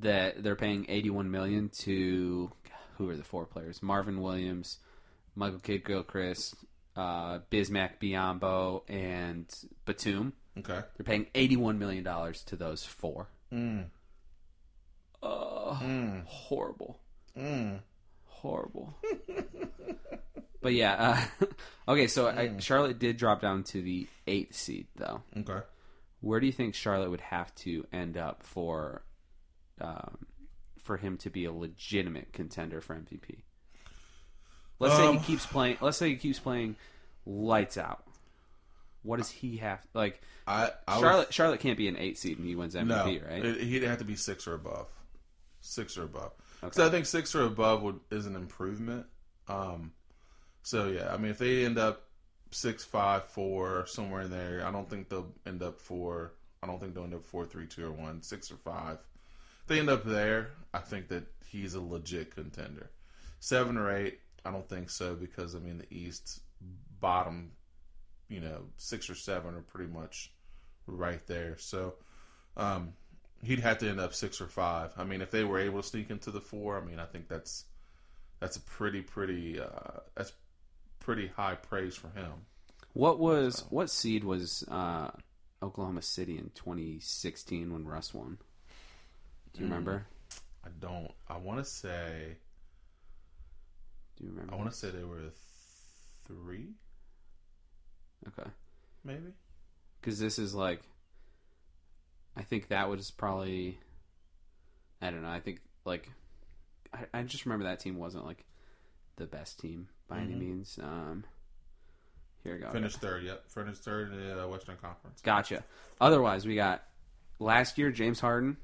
that they're paying 81 million to who are the four players? Marvin Williams, Michael Kidd Gilchrist, uh, Bismack Biombo, and Batum.
Okay.
They're paying 81 million dollars to those four.
Mm.
Ugh,
Mm.
horrible,
Mm.
horrible. but yeah, uh, okay. So
Mm.
I, Charlotte did drop down to the eighth seed, though.
Okay.
where do you think Charlotte would have to end up for um, for him to be a legitimate contender for MVP? Let's say
Um,
he keeps playing. Let's say he keeps playing lights out. What does he have? Like
I, I
Charlotte, Charlotte can't be an eight seed and he wins MVP,
would, no,
right?
it- he'd have to be six or above. Six or above.
Okay.
So I think six or above would is an improvement. Um, so yeah, I mean, if they end up six, five, four, somewhere in there, I don't think they'll end up four. I don't think they'll end up four, three, two, or one, six or five. If they end up there, I think that he's a legit contender. Seven or eight, I don't think so because I mean the East bottom, you know, six or seven are pretty much right there. So um, he'd have to end up six or five. I mean, if they were able to sneak into the four, I mean, I think that's that's a pretty pretty uh, that's pretty high praise for him.
what was what seed was uh, Oklahoma City in 2016 when Russ won? Do you
Hmm.
remember?
I don't. I want to say.
Do you remember?
I want to say they were th- three,
okay.
maybe.
because this is like i think that was probably i don't know i think like i, I just remember that team wasn't like the best team by any
Mhm.
means um here we go
Finished third. Yep, finished third in the uh, Western Conference.
gotcha otherwise we got last year james harden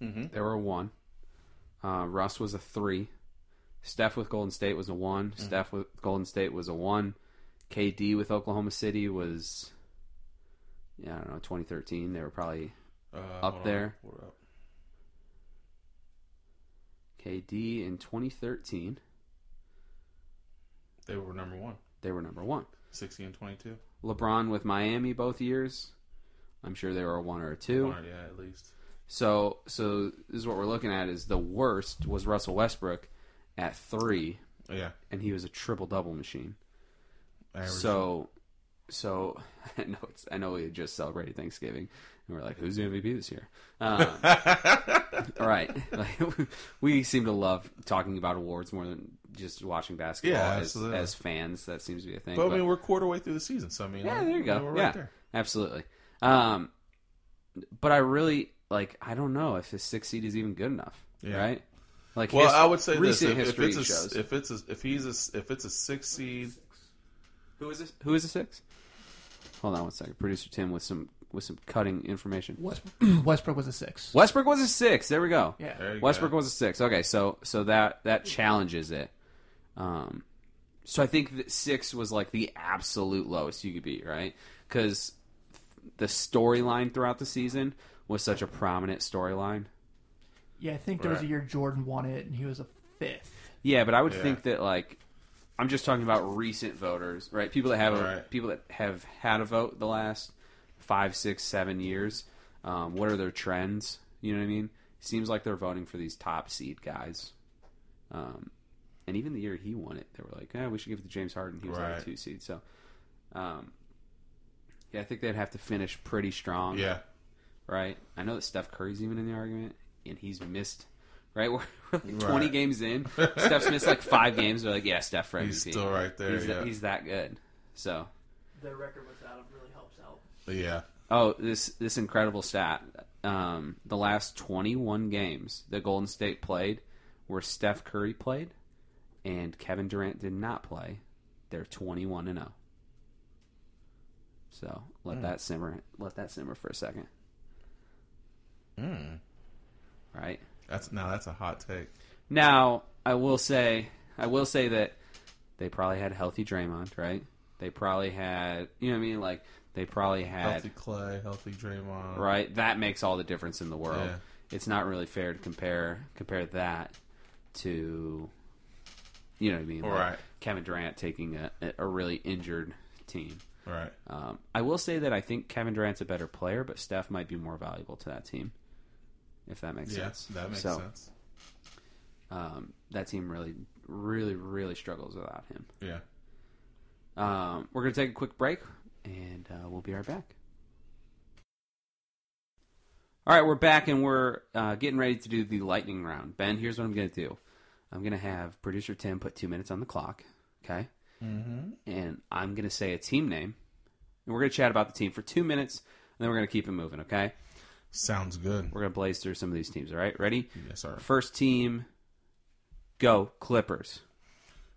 Mm-hmm.
there were one uh, russ was a three steph with golden state was a one steph with golden state was a one kd with oklahoma city was yeah i don't know 2013 they were probably
Uh,
Up
hold on,
there.
pull it up.
KD in 2013,
They were number one.
they were number one.
60 and 22.
LeBron with Miami both years. I'm sure they were a one or a two.
One, yeah, at least.
So, so this is what we're looking at: is the worst was Russell Westbrook at three,
Yeah.
and he was a triple double machine.
Average.
So, so I know it's I know we had just celebrated Thanksgiving, and we're like, who's the MVP this year? Um, all right, like, we seem to love talking about awards more than just watching basketball
Yeah,
as,
absolutely.
as fans. That seems to be a thing.
But I
but-
mean, we're quarter way through the season, so I mean,
Yeah,
I-
there you go.
We're
yeah,
right there.
absolutely. Um, but I really like. I don't know if his six seed is even good enough.
Yeah.
Right? Like,
Well,
his-
I would say this:
recent
if, if
history
it's a,
shows.
if it's a, if he's a, if it's a six seed,
who is this? Who is a six? Hold on one second. Producer Tim with some with some cutting information.
West, Westbrook was a six.
Westbrook was a six. There we go.
Yeah.
there you
Westbrook
go.
was a six. Okay, so so that that challenges it. Um, so I think that six was like the absolute lowest you could be, right? Because the storyline throughout the season was such a prominent storyline.
Yeah, I think there was a
Right.
year Jordan won it, and he was a fifth.
Yeah, but I would
Yeah.
think that like I'm just talking about recent voters, right? People that have a,
Right.
people that have had a vote the last five, six, seven years. Um, what are their trends? You know what I mean? Seems like they're voting for these top seed guys. Um, and even the year he won it, they were like, "Yeah, we should give it to James Harden." He was like
Right.
a two seed, so um, yeah, I think they'd have to finish pretty strong
yeah.
right? I know that Steph Curry's even in the argument, and he's missed, right? We're we're like 20
Right.
games in. Steph's missed like five games. They're like, yeah, Steph for MVP.
He's still right there.
He's,
yeah.
he's that good. So,
Their record without him really helps out.
yeah.
Oh, this this incredible stat. Um, the last 21 games that Golden State played, where Steph Curry played, and Kevin Durant did not play, they're 21 and 0. So let that simmer. Let that simmer for a second. Right
That's now that's a hot take.
now, I will say, I will say that they probably had healthy Draymond, right? They probably had, you know what I mean? Like they probably had
Healthy Clay, healthy Draymond.
right? That makes all the difference in the world.
Yeah.
It's not really fair to compare compare that to, you know what I mean?
Right.
Kevin Durant taking a, a really injured team.
Right.
Um, I will say that I think Kevin Durant's a better player, but Steph might be more valuable to that team, if that makes
Yeah,
sense.
that makes
So,
sense.
Um, that team really, really, really struggles without him.
Yeah.
Um, we're going to take a quick break, and uh, we'll be right back. All right, we're back, and we're uh, getting ready to do the lightning round. Ben, here's what I'm going to do. I'm going to have producer Tim put two minutes on the clock, okay?
Mm-hmm.
And I'm going to say a team name, and we're going to chat about the team for two minutes, and then we're going to keep it moving, okay?
Sounds good.
We're going to blaze through some of these teams, all right? Ready?
Yes, sir.
First team, go, Clippers.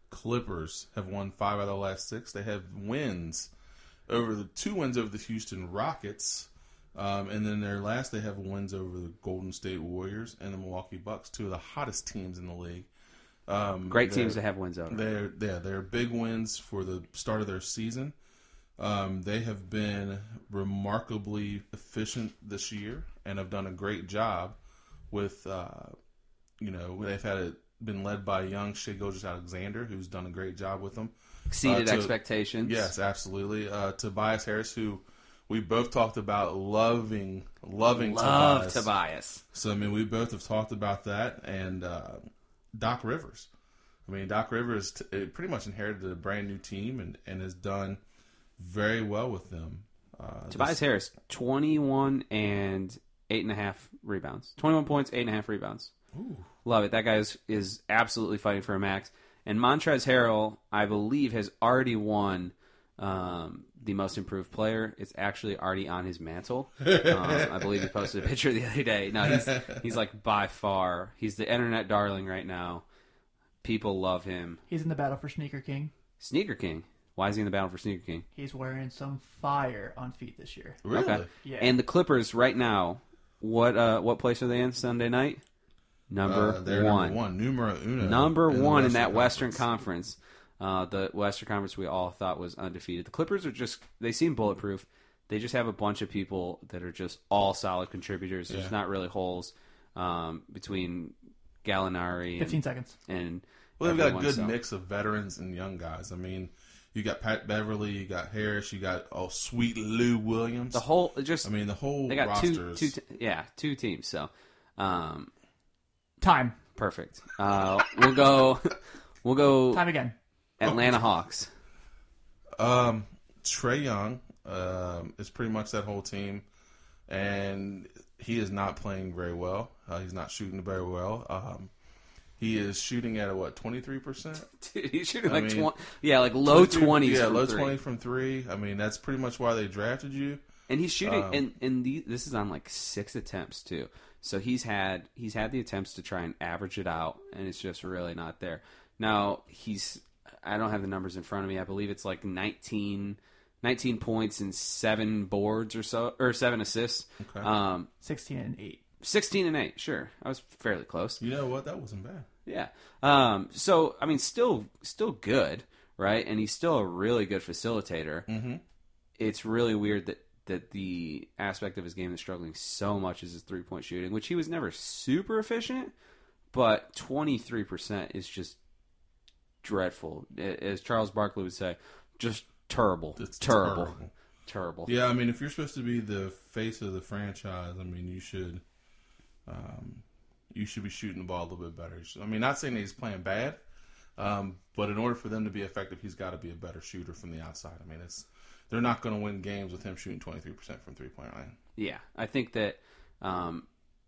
Clippers have won five out of the last six. They have wins over the two wins over the Houston Rockets, um, and then their last they have wins over the Golden State Warriors and the Milwaukee Bucks, two of the hottest teams in the league. Um,
Great
they're-
teams to have wins over.
They're yeah, they're big wins for the start of their season. Um, they have been remarkably efficient this year and have done a great job with uh, you know they've had it been led by young Shea Gilgis Alexander who's done a great job with them.
Exceeded
uh, to-
expectations.
Yes, absolutely. Uh, Tobias Harris, who we both talked about loving, loving
Love
Tobias.
Tobias.
So I mean, we both have talked about that, and uh, Doc Rivers. I mean, Doc Rivers t- eh, pretty much inherited a brand new team and, and has done very well with them. Uh,
Tobias Harris, 21 and eight and a half rebounds. 21 points, eight and a half rebounds. Love it. That guy is, is absolutely fighting for a max. And Montrez Harrell, I believe, has already won um, the most improved player. It's actually already on his mantle. Um, I believe he posted a picture the other day. No, he's, he's like by far, he's the internet darling right now. People love him.
He's in the battle for Sneaker King.
Sneaker King. Why is he in the battle for Sneaker King?
He's wearing some fire on feet this year.
really?
Okay.
Yeah.
And the Clippers right now, what uh what place are they in Sunday night? Number
Uh, they're
one.
number one, numero uno,
Number
the
one in that Western
Conference.
Conference. Uh, the Western Conference we all thought was undefeated. The Clippers are just they seem bulletproof. They just have a bunch of people that are just all solid contributors. There's
Yeah.
not really holes um, between Gallinari
15
and,
seconds.
and
Well, they've got a
everyone,
good
so-
mix of veterans and young guys. I mean, you got Pat Beverly, you got Harris, you got oh sweet Lou Williams.
The whole just
I mean, the whole
they got two,
rosters.
two t- yeah two teams. So um,
Time.
Perfect. Uh, we'll go. We'll go
Time again.
Atlanta Hawks.
Um, Trey Young um, is pretty much that whole team, and he is not playing very well. Uh, he's not shooting very well. Um, he is shooting at what twenty three percent,
Dude, he's shooting like
mean,
twenty. Yeah, like low twenties.
yeah, low
three.
twenty from three. I mean, that's pretty much why they drafted you.
And he's shooting, and and the, this is on like six attempts too. So he's had he's had the attempts to try and average it out, and it's just really not there. Now he's I don't have the numbers in front of me. I believe it's like 19, 19 points and seven boards or so, or seven assists.
Okay.
Um,
16 and 8.
sixteen and eight. Sure, I was fairly close.
You know what? That wasn't bad.
Yeah. Um, so I mean, still, still good, right? And he's still a really good facilitator. Mm-hmm. It's really weird that that the aspect of his game that's struggling so much is his three point shooting, which he was never super efficient, but twenty three percent is just dreadful. A- As Charles Barkley would say, just terrible,
It's
terrible,
terrible.
terrible.
Yeah, I mean, if you're supposed to be the face of the franchise, I mean, you should, um, you should be shooting the ball a little bit better. So, I mean, not saying that he's playing bad, um, but in order for them to be effective, he's got to be a better shooter from the outside. I mean, it's they're not going to win games with him shooting 23 percent from three point line.
Yeah, I think that um,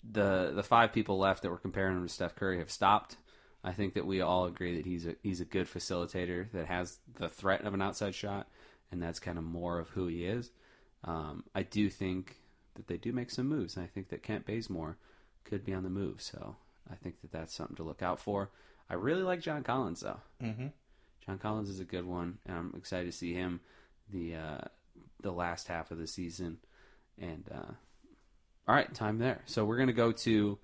the the five people left that were comparing him to Steph Curry have stopped. I think that we all agree that he's a he's a good facilitator that has the threat of an outside shot, and that's kind of more of who he is. um, I do think that they do make some moves, and I think that Kent Bazemore could be on the move. So I think that that's something to look out for. I really like John Collins though.
Mm-hmm.
John Collins is a good one, and I'm excited to see him the uh, the last half of the season. And uh, all right, time there. So we're gonna go to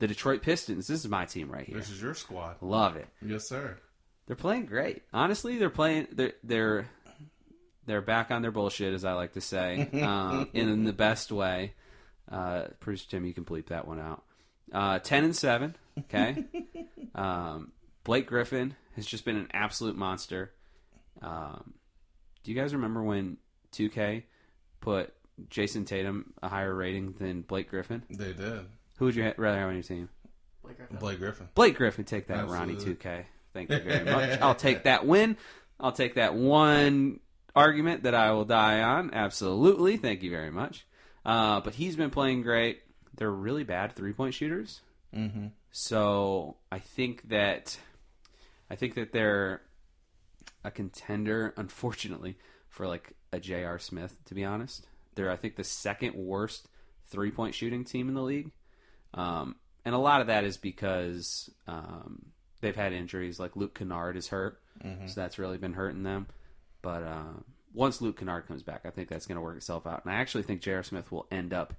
the Detroit Pistons. This is my team right here.
This is your squad.
Love it.
Yes, sir.
They're playing great. Honestly, they're playing. They're they're they're back on their bullshit, as I like to say, um, in, the best way. Uh, Producer Tim, you can bleep that one out. Uh, Ten and seven. Okay. um, Blake Griffin has just been an absolute monster. Um, do you guys remember when 2K put Jason Tatum a higher rating than Blake Griffin?
They did.
Who would you ha- rather have on your team?
Blake
Blake Griffin.
Blake Griffin, take that, Ronnie
Absolutely.
2K. Thank you very much. I'll take that win. I'll take that one argument that I will die on. Absolutely. Thank you very much. Uh, but he's been playing great. They're really bad three point shooters.
Mm-hmm.
So I think that I think that they're a contender, unfortunately, for like a J.R. Smith. To be honest, they're I think the second worst three point shooting team in the league, um, and a lot of that is because um, they've had injuries. Like Luke Kennard is hurt,
Mm-hmm.
so that's really been hurting them. But um once Luke Kennard comes back, I think that's going to work itself out. And I actually think J.R. Smith will end up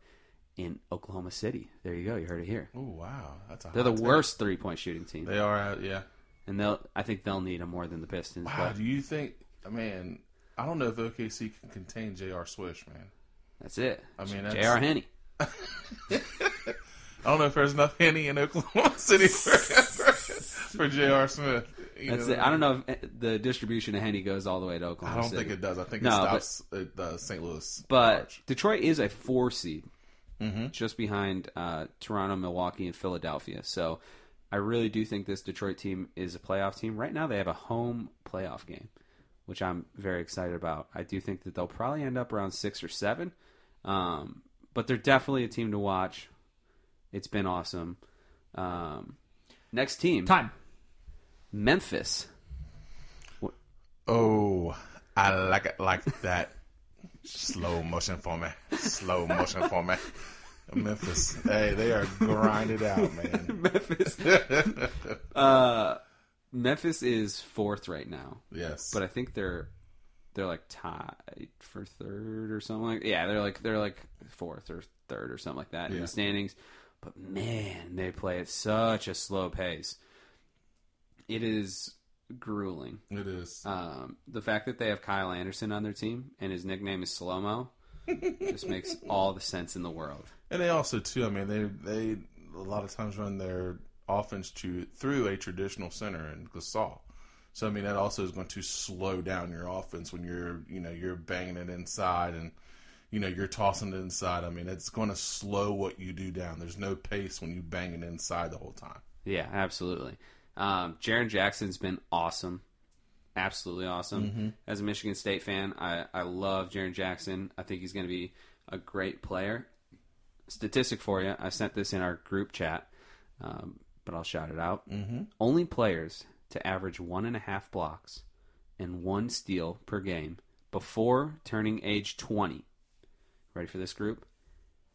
in Oklahoma City. There you go. You heard it here.
Oh wow, that's a.
They're the
hot take.
worst three point shooting team,
They are. uh, Yeah.
and they'll. I think they'll need him more than the Pistons.
Wow.
But
Do you think? Man, I don't know if OKC can contain J.R. Swish, man.
that's it.
I mean, that's-
J.R. Henny.
I don't know if there's enough Henny in Oklahoma City for, for J.R. Smith. You
That's
know?
it. I don't know if eh, the distribution of Henny goes all the way to
I
Oklahoma.
don't
City.
think it does. I think it
No, but-
stops at uh, St. Louis.
But
March.
Detroit is a four seed, just behind uh, Toronto, Milwaukee, and Philadelphia. So I really do think this Detroit team is a playoff team. Right now, they have a home playoff game, which I'm very excited about. I do think that they'll probably end up around six or seven, um, but they're definitely a team to watch. It's been awesome. Um, next team,
Time.
Memphis.
oh, I like it like that. Slow motion for me. Slow motion for me. Memphis. Hey, they are grinded out, man.
Memphis. uh, Memphis is fourth right now.
Yes.
but I think they're they're like tied for third or something. Like, yeah, they're like they're like fourth or third or something like that in
Yeah.
the standings. But man, they play at such a slow pace. It is grueling.
it is.
Um, the fact that they have Kyle Anderson on their team and his nickname is Slow Mo just makes all the sense in the world.
And they also too, I mean, they they a lot of times run their offense to through a traditional center in Gasol. So I mean, that also is going to slow down your offense when you're you know you're banging it inside and you know you're tossing it inside. I mean, it's going to slow what you do down. There's no pace when you bang it inside the whole time.
Yeah, absolutely. Um, Jaron Jackson's been awesome. Absolutely awesome. As a Michigan State fan, I, I love Jaron Jackson. I think he's going to be a great player. Statistic for you I sent this in our group chat, um, but I'll shout it out. Mm-hmm. Only players to average one and a half blocks and one steal per game before turning age 20. Ready for this group?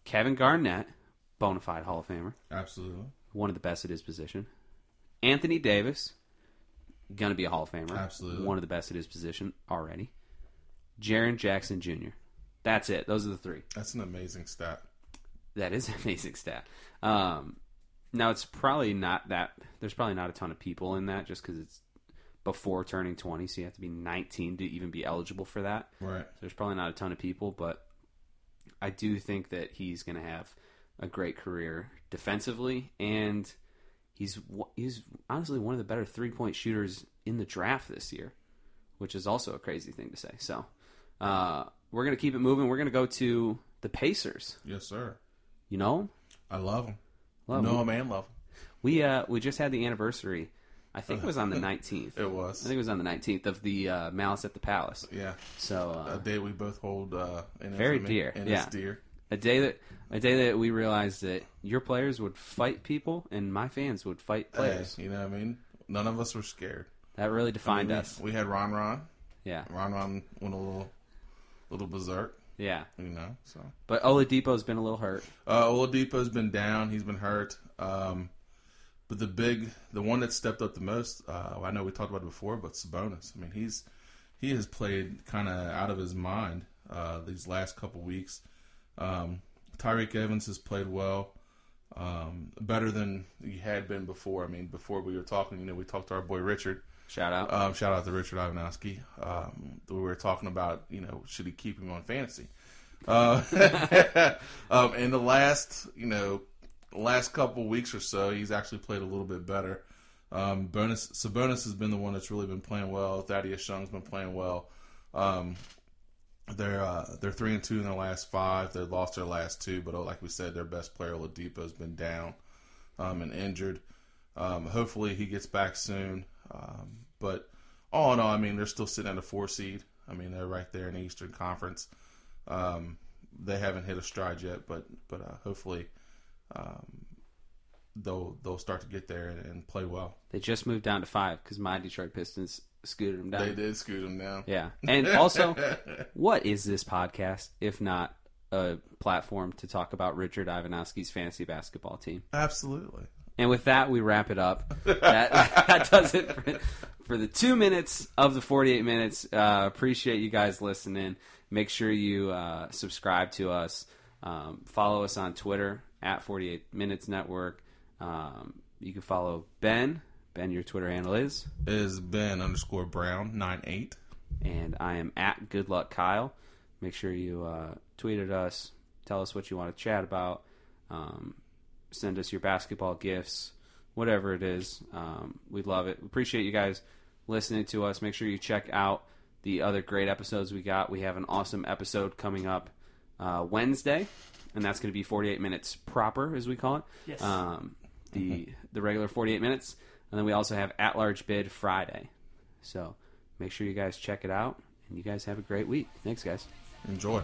Kevin Garnett, bona fide Hall of Famer
Absolutely,
one of the best at his position. Anthony Davis, gonna be a Hall of Famer.
Absolutely.
One of the best at his position already. Jaron Jackson Jr. That's it. Those are the three.
that's an amazing stat.
That is an amazing stat. Um, now it's probably not that there's probably not a ton of people in that just because it's before turning 20, so you have to be 19 to even be eligible for that.
Right.
So there's probably not a ton of people, but I do think that he's going to have a great career defensively, and he's w- he's honestly one of the better three point shooters in the draft this year, which is also a crazy thing to say. So uh, we're going to keep it moving. We're going to go to the Pacers.
Yes, sir.
You know,
I love him.
Love
no,
'em.
man, love
we uh, we just had the anniversary. I think it was on the 19th. I
him. Uh, It was.
think it was on the 19th of the uh, Malice at the Palace.
yeah,
So
a
uh,
day we both hold uh, in
Very
infamy,
dear,
And
yeah.
it's dear.
a day that a day that we realized that your players would fight people and my fans would fight players.
Hey, you know what I mean? None of us were scared.
That really defined
we,
us.
we had Ron Ron.
Yeah,
Ron Ron went a little little berserk.
Yeah,
you know. So
but Oladipo's been a little hurt.
uh, Oladipo's been down. He's been hurt. Um, but the big, the one that stepped up the most, uh, I know we talked about it before, but Sabonis. I mean, he's he has played kind of out of his mind uh, these last couple weeks. Um, Tyreek Evans has played well, um, better than he had been before. I mean, before we were talking, you know, we talked to our boy Richard.
Shout out.
Um, shout out to Richard Ivanowski. Um, we were talking about, you know, should he keep him on fantasy? Uh, um, in the last, you know, last couple weeks or so, he's actually played a little bit better. Um, bonus Sabonis has been the one that's really been playing well. Thaddeus Young's been playing well. Um, they're uh, they're three and two in their last five. They lost their last two, but uh, like we said, their best player Oladipo has been down um, and injured. Um, hopefully, he gets back soon. Um, but all in all, I mean, they're still sitting at a four seed. I mean, they're right there in the Eastern Conference. Um, they haven't hit a stride yet, but but uh, hopefully, um, they'll they'll start to get there and, and play well.
They just moved down to five because my Detroit Pistons scooted them down.
They did scoot them down.
Yeah. And also, what is this podcast if not a platform to talk about Richard Ivanowski's fantasy basketball team?
Absolutely.
And with that, we wrap it up. That, that does it for, for the two minutes of the 48 minutes. Uh, appreciate you guys listening. Make sure you uh, subscribe to us. Um, follow us on Twitter at 48 Minutes Network. Um, you can follow Ben. Ben, your Twitter handle is.
It is Ben underscore Brown nine eight.
and I am at Good Luck Kyle. Make sure you uh, tweet at us, tell us what you want to chat about, um, send us your basketball gifts, whatever it is. Um, we love it. We appreciate you guys listening to us. Make sure you check out the other great episodes we got. We have an awesome episode coming up uh, Wednesday, and that's going to be 48 minutes proper, as we call it.
Yes.
Um, the the regular 48 minutes, and then we also have at large bid Friday. So make sure you guys check it out, and you guys have a great week. Thanks, guys.
Enjoy.